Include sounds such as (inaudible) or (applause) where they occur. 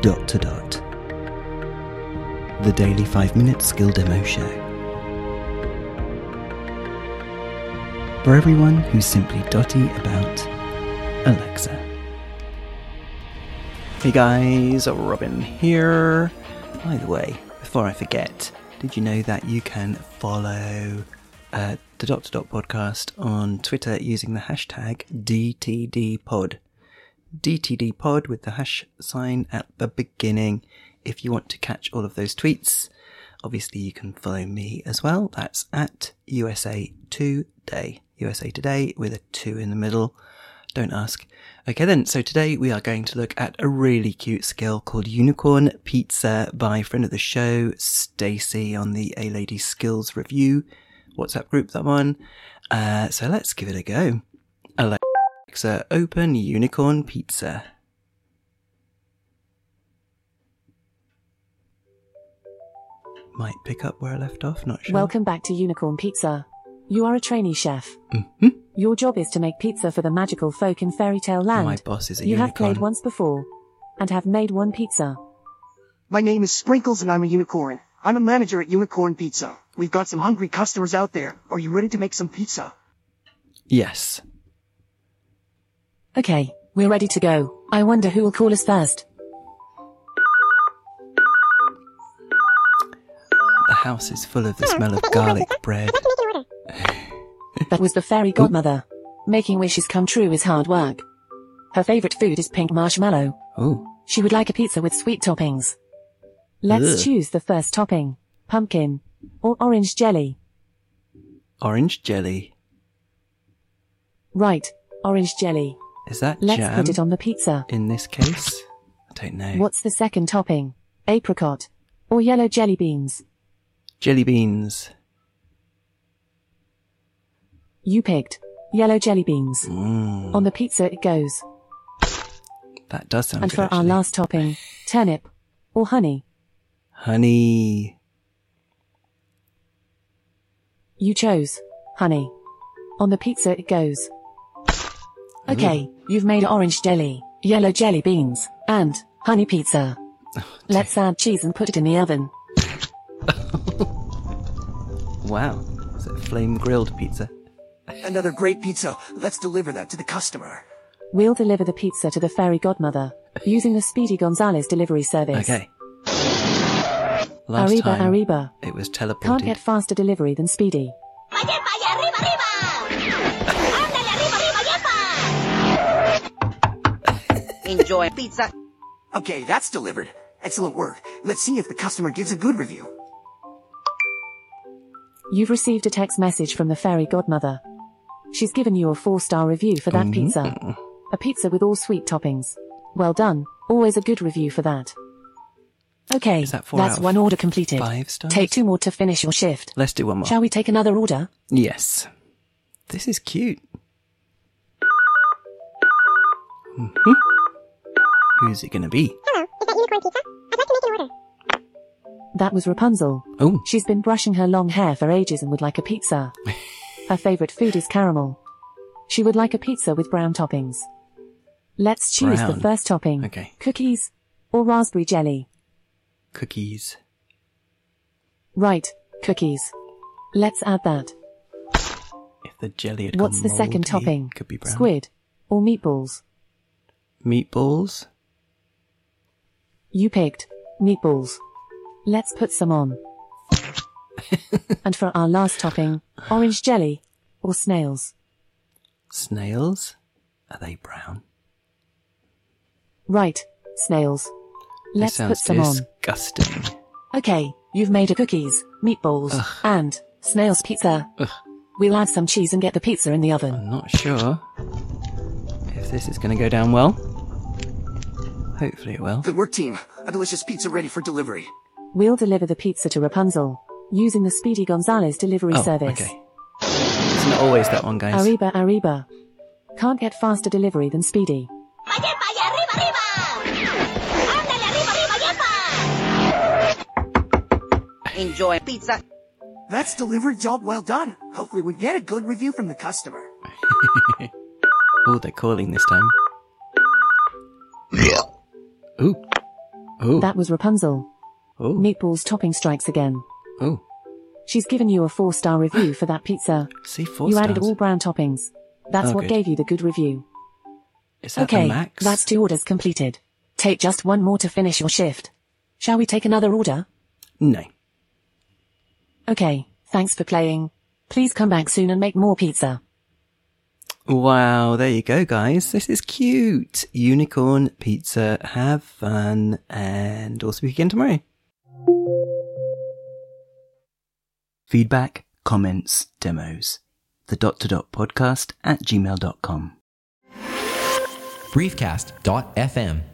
dot to dot. The Daily 5 Minute Skill Demo Show. For everyone who's simply dotty about Alexa. Hey guys, Robin here. By the way, before I forget, did you know that you can follow uh, the Dot to Dot podcast on Twitter using the hashtag DTDPod? DTD pod with the hash sign at the beginning. If you want to catch all of those tweets, obviously you can follow me as well. That's at USA Today. USA Today with a two in the middle. Don't ask. Okay then, so today we are going to look at a really cute skill called Unicorn Pizza by friend of the show, Stacy on the A Lady Skills Review WhatsApp group, that one. Uh, so let's give it a go. Alexa, open Unicorn Pizza. Might pick up where I left off, not sure. Welcome back to Unicorn Pizza. You are a trainee chef. Mhm. Your job is to make pizza for the magical folk in fairy tale land. My boss is a you unicorn. have played once before, and have made one pizza. My name is Sprinkles and I'm a unicorn. I'm a manager at Unicorn Pizza. We've got some hungry customers out there. Are you ready to make some pizza? Yes. Okay, we're ready to go. I wonder who will call us first. The house is full of the smell (laughs) of garlic bread. That was the fairy godmother. Making wishes come true is hard work. Her favorite food is pink marshmallow. Oh, She would like a pizza with sweet toppings. Let's Ugh. choose the first topping pumpkin or orange jelly. orange jelly. Right, orange jelly. Is that Let's jam? put it on the pizza. In this case, I don't know. What's the second topping? Apricot or yellow jelly beans? Jelly beans. You picked yellow jelly beans. Mm, On the pizza it goes. that does sound and good. for our actually. last topping, turnip or honey. honey. You chose honey. On the pizza it goes. Okay, you've made orange jelly, yellow jelly beans, and honey pizza. Let's add cheese and put it in the oven. Wow, it's a flame grilled pizza. Another great pizza. Let's deliver that to the customer. We'll deliver the pizza to the fairy godmother using the Speedy Gonzales delivery service. Okay. Last arriba, time arriba. it was teleported. Can't get faster delivery than Speedy. ¡Vaya, vaya, arriba, arriba! ¡Ándale, arriba, arriba, yepa! Enjoy pizza. Okay, that's delivered. Excellent work. Let's see if the customer gives a good review. You've received a text message from the fairy godmother. She's given you a four star review for that Mm-hmm. pizza. A pizza with all sweet toppings. Well done. Always a good review for that. Okay, Is that four out that's of one order completed. five stars? Take two more to finish your shift. Let's do one more. Shall we take another order? Yes. This is cute. hmm Who's it going to be? That was Rapunzel. Oh, She's been brushing her long hair for ages and would like (laughs) a pizza. her favorite food is caramel. She would like a pizza with brown toppings. Let's choose Brown. the first topping. Okay. Cookies or raspberry jelly. cookies. Right, cookies. Let's add that. If the jelly had What's gone the mouldy, second topping? Could be brown. Squid or meatballs? Meatballs. You picked meatballs. Let's put (laughs) some on. and for our last topping, orange jelly or snails. Snails. Are they brown? Right, snails. Let's that put sounds some on. disgusting. Okay, you've made a cookies, meatballs, and snails pizza. We'll add some cheese and get the pizza in the oven. I'm not sure if this is going to go down well. Hopefully it will. Good work, team. A delicious pizza ready for delivery. We'll deliver the pizza to Rapunzel using the Speedy Gonzales delivery Oh, service. okay. It's not always that one, guys. Arriba, arriba. Can't get faster delivery than Speedy. ¡Vaya, vaya, arriba, arriba! ¡Ándale, arriba, arriba, yepa! Enjoy pizza. That's delivered. Job well done. Hopefully we get a good review from the customer. Oh, they're calling this time. Ooh. Oh, That was Rapunzel. oh, Meatball's topping strikes again. oh. She's given you a four star review for that pizza. See, four you stars. added all brown toppings. That's Oh, what good. gave you the good review. Is that okay, the max? that's two orders completed. Take just one more to finish your shift. Shall we take another order? No. Okay, thanks for playing. Please come back soon and make more pizza. Wow, there you go, guys. This is cute. Unicorn pizza. Have fun, and we'll speak again tomorrow. Feedback, comments, demos. The dot to dot podcast at gmail.com. briefcast.fm.